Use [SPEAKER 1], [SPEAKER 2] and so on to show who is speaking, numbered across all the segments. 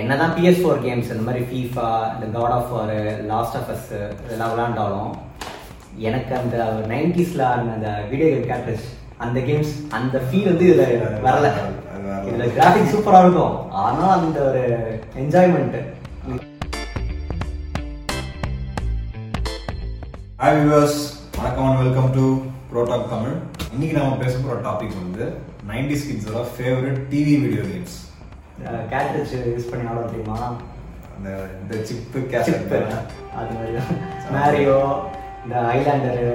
[SPEAKER 1] என்னதான் PS four games இந்த மாதிரி ஃபீஃபா இந்த God of War Last of Us இதெல்லாம் விளாண்டாலும் எனக்கு அந்த நைன்டிஸில் ஆடின அந்த வீடியோ கேம் கேட்ரஸ் அந்த கேம்ஸ் அந்த ஃபீல் வந்து இதில் வரல
[SPEAKER 2] அது வரல.
[SPEAKER 1] இதில் கிராஃபிக் சூப்பராக இருக்கும் ஆனால் அந்த ஒரு என்ஜாய்மெண்ட்டு
[SPEAKER 2] ஹாய் வியூவர்ஸ் வணக்கம் அண்ட் வெல்கம் டு ப்ரோடாக் தமிழ் இன்னைக்கு நாம பேச போற டாபிக் வந்து நைன்டிஸ் கிட்ஸோட favourite TV video games
[SPEAKER 1] cartridges use பண்ணி ஆட தெரியுமா
[SPEAKER 2] அந்த இந்த சிப்பு
[SPEAKER 1] சிப்பு
[SPEAKER 2] கேசட்
[SPEAKER 1] அது மாதிரி மேரியோ இந்த ஐலாண்டரு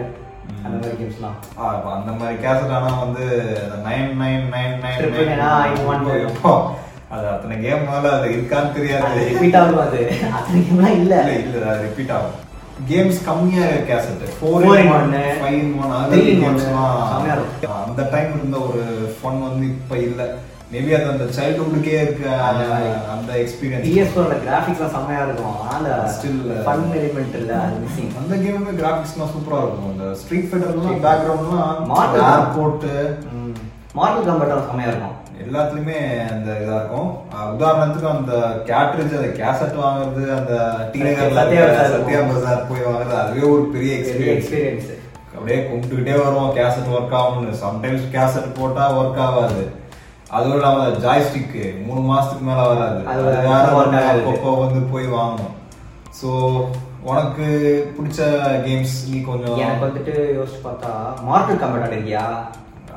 [SPEAKER 1] அந்த மாதிரி கேம்ஸ்லாம்
[SPEAKER 2] ஆ இப்போ அந்த மாதிரி கேசட் ஆனா வந்து nine nine nine nine
[SPEAKER 1] Triple nine, ah, in one way.
[SPEAKER 2] அது அத்தனை கேம் மேல அது இருக்கான்னு தெரியாது
[SPEAKER 1] ரிப்பீட் ஆகும் அது அத்தனை கேம்லாம் இல்ல
[SPEAKER 2] இல்ல இல்ல அது ரிப்பீட் ஆகும் கேம்ஸ் கம்மியா இருக்கு cassette four
[SPEAKER 1] Four in
[SPEAKER 2] in
[SPEAKER 1] one,
[SPEAKER 2] one five in one அது
[SPEAKER 1] three in one. செமையா
[SPEAKER 2] கேம்ஸ்லாம்
[SPEAKER 1] இருக்கும்.
[SPEAKER 2] அந்த டைம் இருந்த ஒரு ஃபன் வந்து இப்ப இல்ல மேபி அது அந்த சைல்ட்ஹுட்க்கே இருக்க
[SPEAKER 1] ஆமா.
[SPEAKER 2] அந்த எக்ஸ்பீரியன்ஸ்
[SPEAKER 1] பிஎஸ்4ல கிராஃபிக்ஸ்லாம் செம்மையா இருக்கும் ஆனா
[SPEAKER 2] Still, uh,
[SPEAKER 1] ஃபன் எலிமெண்ட் இல்ல அது மிஸ்ஸிங்
[SPEAKER 2] அந்த கேமுமே கிராபிக்ஸ்லாம் சூப்பரா இருக்கும் அந்த ஸ்ட்ரீட் ஃபைட்டர்லாம்
[SPEAKER 1] Street
[SPEAKER 2] பேக்ரவுண்ட்லாம்
[SPEAKER 1] Model.
[SPEAKER 2] ஏர்போர்ட்
[SPEAKER 1] மார்டல் காம்பேட்லாம் செம்மையா இருக்கும்
[SPEAKER 2] எல்லாத்துலயுமே அந்த இதா இருக்கும் அஹ் உதாரணத்துக்கு அந்த கேட்ரிட்ஜ் அந்த கேசட் வாங்குறது அந்த டி நகர்ல
[SPEAKER 1] சத்யா
[SPEAKER 2] இருக்க
[SPEAKER 1] பஜார் போகும்.
[SPEAKER 2] சத்யா பஜார் போய் வாங்குறது அதுவே ஒரு பெரிய
[SPEAKER 1] பெரிய
[SPEAKER 2] எக்ஸ்பீரியன்ஸ்
[SPEAKER 1] எக்ஸ்பீரியன்ஸ்
[SPEAKER 2] அப்படியே கும்பிட்டுக்கிட்டே வருவோம் கேசட் ஒர்க் ஆகும்னு சம்டைம்ஸ் கேசட் போட்டா ஒர்க் ஆகாது அதுவும் இல்லாம ஜாய்ஸ்டிக் மூணு மாசத்துக்கு மேல வராது
[SPEAKER 1] அது
[SPEAKER 2] அது
[SPEAKER 1] வராது.
[SPEAKER 2] வேற
[SPEAKER 1] work
[SPEAKER 2] வந்து
[SPEAKER 1] ஆகாது.
[SPEAKER 2] அப்பப்போ வந்து போய் வாங்கணும் சோ உனக்கு பிடிச்ச கேம்ஸ் நீ கொஞ்சம்
[SPEAKER 1] எனக்கு வந்துட்டு யோசிச்சு பார்த்தா மார்டல் காம்பேட் ஆடிருக்கியா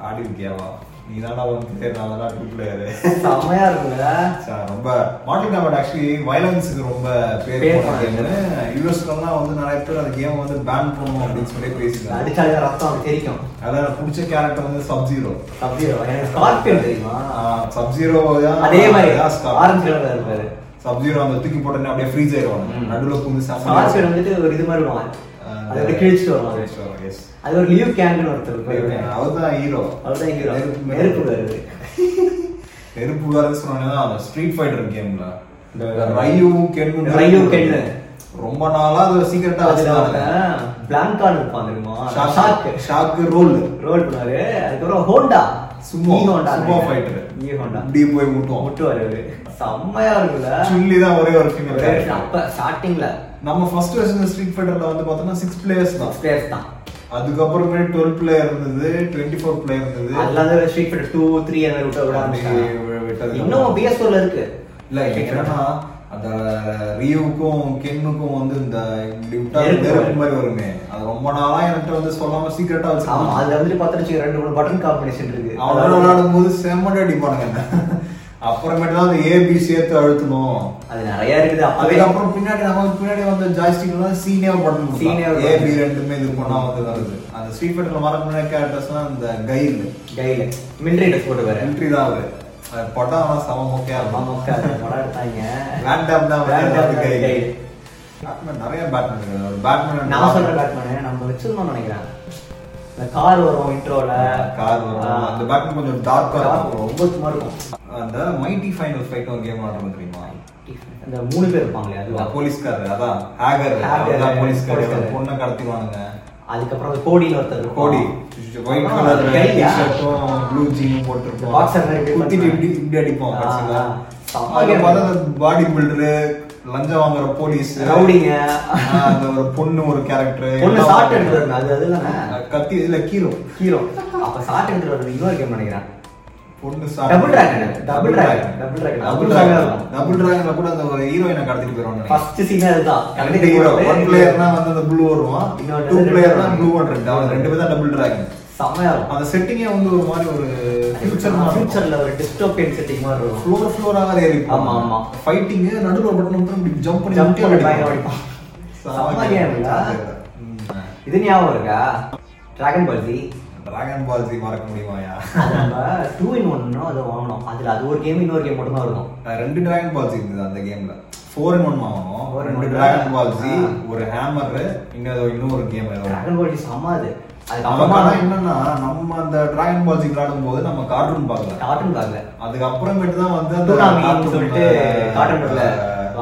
[SPEAKER 2] ஆடி இருக்கியாவா நீ தானா ஒன் பிளேயர் நான் தானா டூ பிளேயர்
[SPEAKER 1] செம்மையா இருக்கும்ல
[SPEAKER 2] சார், ரொம்ப மார்டின் ராபர்ட் ஆக்சுவலி வயலன்ஸுக்கு ரொம்ப பேர்
[SPEAKER 1] பேர்
[SPEAKER 2] போன
[SPEAKER 1] போனது.
[SPEAKER 2] கேம்னு யூஎஸ்லாம் வந்து நிறைய பேர் அந்த கேம் வந்து பேன் பண்ணுவோம் அப்படின்னு சொல்லி பேசியிருக்காங்க
[SPEAKER 1] அடிச்சாலே ரத்தம் தெரிக்கும்
[SPEAKER 2] அதான் எனக்கு பிடிச்ச கேரக்டர் வந்து சப்ஜீரோ
[SPEAKER 1] சப்ஜீரோ எனக்கு ஸ்கார்பியன் தெரியுமா
[SPEAKER 2] சப்ஜீரோ
[SPEAKER 1] அதே மாதிரி ஆரஞ்சு கலர்ல இருப்பாரு
[SPEAKER 2] சப்ஜீரோ அந்த தூக்கி போட்டோன்னே அப்படியே ஃப்ரீஸ் ஆயிடுவாங்க
[SPEAKER 1] ம்.
[SPEAKER 2] நடுவுல புந்து
[SPEAKER 1] ஸ்கார்பியன் வந்துட்டு ஒரு இது மாதிரி வருவான் அது வந்து கிழிச்சிட்டு வருவான் அது ஒரு லியூ கேங்னு ஒருத்தர் இருப்பாரு.
[SPEAKER 2] அவர் தான் ஹீரோ
[SPEAKER 1] அவர்தான் hero.
[SPEAKER 2] நெருப்பு
[SPEAKER 1] நெருப்பு வருது
[SPEAKER 2] நெருப்பு வேறது சொன்னோன்னா அந்த ஸ்ட்ரீட் ஃபைட்டர் கேம்ல
[SPEAKER 1] இந்த
[SPEAKER 2] ரயு கென்னு
[SPEAKER 1] ரயு கென்னு.
[SPEAKER 2] ரொம்ப நாளா அது சீக்கிரட்டா வச்சிருந்தாங்க
[SPEAKER 1] பிளாங்கான் இருப்பான் தெரியுமா
[SPEAKER 2] shock
[SPEAKER 1] shock
[SPEAKER 2] shock roll
[SPEAKER 1] roll பண்ணாரு அதுக்கப்புறம் ஹோண்டா
[SPEAKER 2] சும்மா
[SPEAKER 1] E Honda.
[SPEAKER 2] சும்மா ஃபைட்டர்
[SPEAKER 1] E Honda.
[SPEAKER 2] இப்படி போய் முட்டுவோம்
[SPEAKER 1] முட்டு வருவாரு செம்மையா இருக்குல்ல
[SPEAKER 2] சுள்ளி தான் ஒரே ஒரு
[SPEAKER 1] ஒரே
[SPEAKER 2] ஃபீமேல்
[SPEAKER 1] அப்ப ஸ்டார்டிங்ல
[SPEAKER 2] நம்ம ஃபர்ஸ்ட் வச்சிருந்த ஸ்ட்ரீட் ஃபைட்டர்ல வந்து பார்த்தோம்னா சிக்ஸ் பிளேயர்ஸ் தான்
[SPEAKER 1] பிளேயர்ஸ் தான்
[SPEAKER 2] அதுக்கப்புறமே டுவெல் பிளேயர் இருந்தது டுவெண்ட்டி ஃபோர் பிளேயர் இருந்தது
[SPEAKER 1] அல்லாத ஸ்ட்ரீட் ஃபைட்டர் டூ த்ரீ அந்த மாதிரி விட்டு விட
[SPEAKER 2] அப்படி விட்டது
[SPEAKER 1] ஆரம்பிச்சாங்க.
[SPEAKER 2] இல்ல.
[SPEAKER 1] இன்னும் பிஎஸ்4ல இருக்கு
[SPEAKER 2] இல்ல என்னன்னா அந்த ரியூக்கும் கென்னுக்கும் வந்து இந்த இப்படி விட்டா
[SPEAKER 1] நெருப்பு
[SPEAKER 2] நெருப்பு
[SPEAKER 1] வரும்.
[SPEAKER 2] மாதிரி வருமே அது ரொம்ப நாளா என்கிட்ட வந்து சொல்லாம சீக்கிரட்டா
[SPEAKER 1] ஆமா
[SPEAKER 2] வச்சிருக்கான்
[SPEAKER 1] அதுல வந்துட்டு பார்த்துட்டு ரெண்டு மூணு பட்டன் காம்பினேஷன் இருக்கு
[SPEAKER 2] அவனோட விளையாடும் போது செம்மடி அடிப்பானுங்க என்ன அப்புறமேட்டு தான் அந்த ஏபி சேர்த்து அழுத்தணும்
[SPEAKER 1] அது நிறைய இருக்குது அப்பவே
[SPEAKER 2] அதுக்கப்புறம் பின்னாடி நமக்கு பின்னாடி வந்த joystick எல்லாம் senior button
[SPEAKER 1] Senior
[SPEAKER 2] senior
[SPEAKER 1] button.
[SPEAKER 2] AB ரெண்டுமே இது பண்ணா வந்து வருது அந்த ஸ்ட்ரீட் ஃபைட்டர்ல மறக்க முடியாத கேரக்டர்ஸ்லாம் அந்த கைல்
[SPEAKER 1] கையில மிலிட்டரி ட்ரெஸ் போட்டு வர
[SPEAKER 2] என்ட்ரி தான் அது அது படம் ஆனா செம மொக்கையா இருக்கும்
[SPEAKER 1] படம் எடுத்தாங்க
[SPEAKER 2] வேண்டாம் தான்
[SPEAKER 1] Random
[SPEAKER 2] வேண்டாம்
[SPEAKER 1] தான்
[SPEAKER 2] கைல்
[SPEAKER 1] guile.
[SPEAKER 2] பேட்மேன் நிறைய பேட்மேன் இருக்கு பேட்மேன்
[SPEAKER 1] நான் சொல்ற பேட்மேனு நம்ம வச்சிருந்தோம் நினைக்கிறேன் இந்த கார் வரும் இன்ட்ரோல
[SPEAKER 2] கார் வரும் அந்த பேட்மேன் கொஞ்சம் டார்க்கா இருக்கும்
[SPEAKER 1] ரொம்ப சும்மா இருக்கும்
[SPEAKER 2] அந்த மைட்டி ஃபைனல் ஃபைட் ஒரு கேம் ஆடுறது தெரியுமா
[SPEAKER 1] இந்த மூணு பேர் இருப்பாங்களே அதுவா
[SPEAKER 2] போலீஸ்காரர் அதான் ஹேகர்
[SPEAKER 1] Hacker,
[SPEAKER 2] அதான்
[SPEAKER 1] police
[SPEAKER 2] போலீஸ்காரர்
[SPEAKER 1] car.
[SPEAKER 2] பொண்ணை கடத்திடுவானுங்க
[SPEAKER 1] அதுக்கப்புறம் அந்த கோடியில் ஒருத்தர் இருப்பான்.
[SPEAKER 2] கோடி ஒயிட்
[SPEAKER 1] ஆமா,
[SPEAKER 2] கலர்
[SPEAKER 1] கையா?
[SPEAKER 2] ஷர்ட்டும் ப்ளூ ஜீனும் போட்டிருப்போம்
[SPEAKER 1] Boxer மாதிரி இப்படி
[SPEAKER 2] குத்திட்டு
[SPEAKER 1] பண்ணுவாங்க.
[SPEAKER 2] இப்படி இப்படி அடிப்போம்
[SPEAKER 1] ஆ,
[SPEAKER 2] கடைசியில.
[SPEAKER 1] ஆ. செம்ம
[SPEAKER 2] அதுல
[SPEAKER 1] game.
[SPEAKER 2] பார்த்தா பாடி பில்டரு லஞ்சம் வாங்குற போலீஸ்
[SPEAKER 1] ரவுடிங்க
[SPEAKER 2] அந்த ஒரு பொண்ணு ஒரு கேரக்டர்
[SPEAKER 1] பொண்ணு ஷார்ட் எடுத்துருவாங்க அது அது தானே
[SPEAKER 2] கத்தி இதுல கீரோ
[SPEAKER 1] ஹீரோ அப்ப ஷார்ட் எடுத்துருவாரு இன்னொரு கேம் நினைக்கிறேன்
[SPEAKER 2] பொண்ணு
[SPEAKER 1] Double Dragon. Double Dragon. Double Dragon.
[SPEAKER 2] Double
[SPEAKER 1] Double Dragon.
[SPEAKER 2] Dragon double டிராகன்ல கூட அந்த ஒரு ஹீரோயினை கடத்திட்டு போயிடுவாங்க
[SPEAKER 1] ஃபர்ஸ்ட் சீன் அதுதான்
[SPEAKER 2] ரெண்டு ஹீரோ ஒன் பிளேயர்னா வந்து அந்த ப்ளூ வருவான்
[SPEAKER 1] இன்னொரு
[SPEAKER 2] டூ
[SPEAKER 1] ரெண்டு
[SPEAKER 2] பிளேயர்னா
[SPEAKER 1] dragon.
[SPEAKER 2] ப்ளூ ஒன் ரெட் அவன் ரெண்டு பேரும் டபுள் டிராகன்
[SPEAKER 1] செம்மையா இருக்கும்
[SPEAKER 2] அந்த செட்டிங்கே வந்து ஒரு மாதிரி ஒரு ஃபியூச்சர் மாதிரி
[SPEAKER 1] ஃபியூச்சர்ல ஒரு டிஸ்டோபியன் செட்டிங் மாதிரி இருக்கும்
[SPEAKER 2] ஃப்ளோர் ஃப்ளோரா வேற இருக்கும்
[SPEAKER 1] ஆமா, ஆமா.
[SPEAKER 2] ஃபைட்டிங் நடுவுல ஒரு பட்டன் மட்டும் இப்படி ஜம்ப் பண்ணி
[SPEAKER 1] ஜம்ப் பண்ணி
[SPEAKER 2] அடிப்பாங்க.
[SPEAKER 1] பயங்கர அடிப்பான்
[SPEAKER 2] சாவடி.
[SPEAKER 1] செம்ம கேம்ல
[SPEAKER 2] ம்.
[SPEAKER 1] இது ஞாபகம் இருக்கா Dragon Ball Z
[SPEAKER 2] Dragon Ball Z மறக்க முடியுமாயா
[SPEAKER 1] அது நம்ம டூ இன் ஒன்னு அதை வாங்கணும் அதுல அது ஒரு கேம் இன்னொரு கேம் மட்டும் தான் இருக்கும்
[SPEAKER 2] அஹ் ரெண்டு டிராகன் பால் ஜி இருந்தது அந்த கேம்ல ஃபோர் இன் ஒன் ஆகும்
[SPEAKER 1] Four in
[SPEAKER 2] ரெண்டு
[SPEAKER 1] one.
[SPEAKER 2] டிராகன் பால் ஜி
[SPEAKER 1] ஆ.
[SPEAKER 2] ஒரு ஹேமர் இன்னும் இன்னொரு கேம்
[SPEAKER 1] டிராகன் பால் ஜி செம்ம அது அதுக்கு
[SPEAKER 2] நமக்கு
[SPEAKER 1] அப்புறமா
[SPEAKER 2] ஆனா என்னன்னா நம்ம அந்த டிராகன் பால் ஜி விளையாடும் போது நம்ம கார்ட்டூன் பார்க்கல
[SPEAKER 1] கார்ட்டூன் பார்க்கல
[SPEAKER 2] அதுக்கப்புறமேட்டு தான் வந்து அந்த
[SPEAKER 1] தூராமின்னு
[SPEAKER 2] cartoon,
[SPEAKER 1] சொல்லிட்டு
[SPEAKER 2] அஹ்,
[SPEAKER 1] காட்டன் படத்துல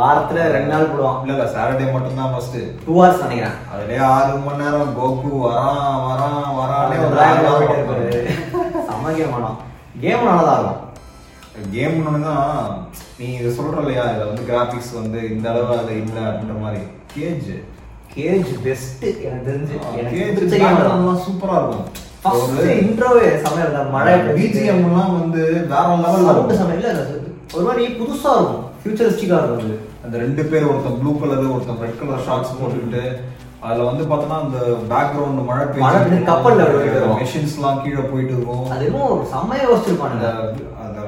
[SPEAKER 1] வாரத்துல ரெண்டு நாள் போடுவான்
[SPEAKER 2] இல்ல இல்ல சாட்டர்டே மட்டும் தான் ஃபர்ஸ்ட்
[SPEAKER 1] டூ ஹவர்ஸ் நினைக்கிறேன்
[SPEAKER 2] அதுலயே ஆறு மணி நேரம் கோகு வரான் வரான் வரானே ஒரு
[SPEAKER 1] Dragon Ball போயிட்டே
[SPEAKER 2] ஆறு
[SPEAKER 1] இருப்பாரு. செம்ம கேம் ஆனா கேம் நல்லாதான் இருக்கும்
[SPEAKER 2] கேம் தான் நீ இதை சொல்ற இல்லையா இதுல வந்து கிராபிக்ஸ் வந்து இந்த அளவு அது இல்லை அப்படின்ற மாதிரி கேஜ்
[SPEAKER 1] கேஜ் பெஸ்ட் எனக்கு தெரிஞ்சு எனக்கு
[SPEAKER 2] கேஜ்
[SPEAKER 1] பிடிச்ச game அதான்.
[SPEAKER 2] சூப்பரா இருக்கும்
[SPEAKER 1] First
[SPEAKER 2] ஒரு-
[SPEAKER 1] introவே செமையா இருக்கும். அந்த மழை
[SPEAKER 2] BGM எல்லாம் வந்து வேற லெவல்ல
[SPEAKER 1] sound
[SPEAKER 2] இருக்கும்
[SPEAKER 1] செமையா- இல்ல, இல்ல, ஒரு மாதிரி புதுசா இருக்கும் ஃபியூச்சரிஸ்டிக்கா இருக்கும் அது
[SPEAKER 2] அந்த ரெண்டு பேர் ஒருத்தன் ப்ளூ கலர் ஒருத்தன் ரெட் கலர் ஷார்ட்ஸ் போட்டுக்கிட்டு அதுல வந்து பார்த்தோன்னா அந்த பேக்ரவுண்ட் மழை
[SPEAKER 1] மழை பெய்து, கப்பல்ல விழுந்துரும்.
[SPEAKER 2] மெஷின்ஸ் எல்லாம் கீழே போயிட்டு இருக்கும்
[SPEAKER 1] அது என்னமோ செம்மையா யோசிச்சிருப்பானுங்க
[SPEAKER 2] அந்த அந்த-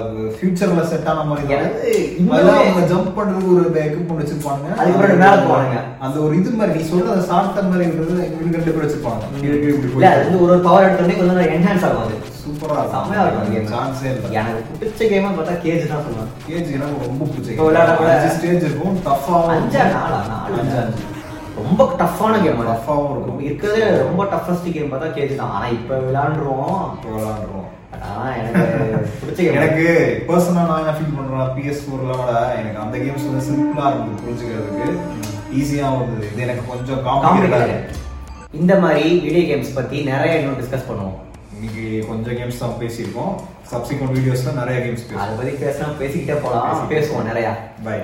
[SPEAKER 2] அது ஃபியூச்சர்ல செட் ஆன மாதிரி தான்.
[SPEAKER 1] எனக்கு இன்னுமே-
[SPEAKER 2] அதெல்லாம் அவங்க ஜம்ப் பண்றதுக்கு ஒரு எக்யூப்மெண்ட் வச்சிருப்பாங்க
[SPEAKER 1] அதுக்கு பிறகு மேல போவானுங்க.
[SPEAKER 2] அந்த ஒரு இது மாதிரி நீ சொல்ற அந்த ஷார்ட் மாதிரி இருக்கிறது எங்களுக்கு ரெண்டு பேர் வச்சிருப்பாங்க கீழே கீழே இப்படி
[SPEAKER 1] இல்ல அது
[SPEAKER 2] போயிட்டு
[SPEAKER 1] வந்து ஒரு ஒரு பவர் எடுத்தோடனே கொஞ்சம் என்ஹான்ஸ் ஆகும் அது
[SPEAKER 2] சூப்பரா
[SPEAKER 1] செம்மையா இருக்கும் அந்த
[SPEAKER 2] இருக்கும்
[SPEAKER 1] game.
[SPEAKER 2] சான்ஸே இல்லை
[SPEAKER 1] எனக்கு பிடிச்ச கேம் பார்த்தா கேஜ் தான் சொல்லுவேன்
[SPEAKER 2] கேஜ் எனக்கு ரொம்ப பிடிச்ச
[SPEAKER 1] இப்போ விளையாட
[SPEAKER 2] game.
[SPEAKER 1] கூட-
[SPEAKER 2] அஞ்சு ஸ்டேஜ் இருக்கும் டஃப்பாகவும்
[SPEAKER 1] அஞ்சா நாலா நாலு
[SPEAKER 2] அஞ்சு
[SPEAKER 1] அஞ்சா
[SPEAKER 2] அஞ்சு
[SPEAKER 1] ரொம்ப டஃப்பான கேம்
[SPEAKER 2] Tough ஆவும் இருக்கும்.
[SPEAKER 1] இருக்கிறதே ரொம்ப டஃபஸ்ட் கேம் பார்த்தா கேஜ் தான் ஆனா இப்ப விளையாண்டுருவோம்
[SPEAKER 2] இப்போ விளையாடுறோம்
[SPEAKER 1] ஆனா எனக்கு பிடிச்ச கேம்
[SPEAKER 2] எனக்கு பர்சனலா நான் என்ன ஃபீல் பண்றேன் பிஎஸ் ஃபோர்லாம் விட எனக்கு அந்த கேம்ஸ் வந்து சிம்பிளா இருந்தது புரிஞ்சுக்கிறதுக்கு ஈஸியா இருந்தது இது எனக்கு கொஞ்சம் காம்ப்ளிகேட்டா
[SPEAKER 1] காம்ப்ளிகேட்டட் இந்த மாதிரி வீடியோ கேம்ஸ் பத்தி நிறைய இன்னும் டிஸ்கஸ் பண்ணுவோம்
[SPEAKER 2] இன்னைக்கு கொஞ்சம் கேம்ஸ் தான் பேசியிருக்கோம் சப்சிக்வெண்ட் வீடியோஸ்ல நிறைய கேம்ஸ்
[SPEAKER 1] அதை
[SPEAKER 2] பேசுவோம்
[SPEAKER 1] பத்தி பேசினா பேசிக்கிட்டே போலாம் பேசுவோம் நிறையா
[SPEAKER 2] பை